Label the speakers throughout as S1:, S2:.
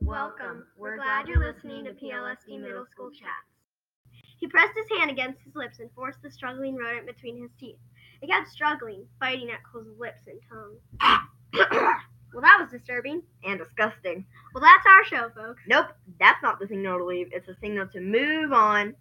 S1: Welcome. We're glad you're listening to PLSD Middle School Chats. He pressed his hand against his lips and forced the struggling rodent between his teeth. It kept struggling, biting at Cole's lips and tongue. well, that was disturbing.
S2: and disgusting.
S1: Well, that's our show, folks.
S2: Nope, that's not the signal to leave. It's a signal to move on.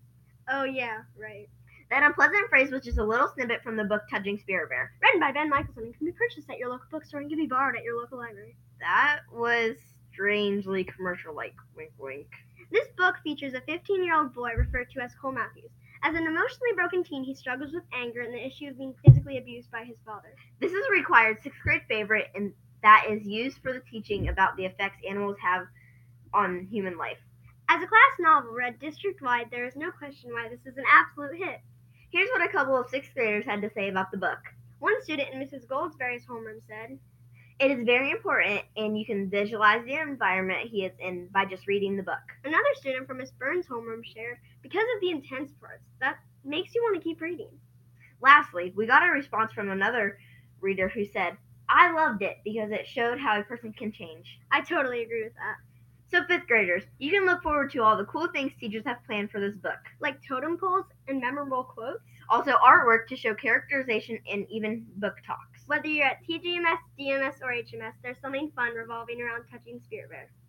S1: Oh, yeah, right.
S2: That unpleasant phrase was just a little snippet from the book Touching Spirit Bear.
S1: Written by Ben Michelson and can be purchased at your local bookstore and can be borrowed at your local library.
S2: That was strangely commercial like. Wink, wink.
S1: This book features a 15 year old boy referred to as Cole Matthews. As an emotionally broken teen, he struggles with anger and the issue of being physically abused by his father.
S2: This is a required sixth grade favorite, and that is used for the teaching about the effects animals have on human life.
S1: As a class novel read district wide, there is no question why this is an absolute hit.
S2: Here's what a couple of sixth graders had to say about the book.
S1: One student in Mrs. Goldsberry's homeroom said,
S2: It is very important, and you can visualize the environment he is in by just reading the book.
S1: Another student from Miss Burns' homeroom shared, because of the intense parts, that makes you want to keep reading.
S2: Lastly, we got a response from another reader who said, I loved it because it showed how a person can change.
S1: I totally agree with that.
S2: So, fifth graders, you can look forward to all the cool things teachers have planned for this book.
S1: Like totem poles and memorable quotes,
S2: Also, artwork to show characterization and even book talks.
S1: whether you're at TGMS, DMS, or HMS, there's something fun revolving around touching Spirit Bear.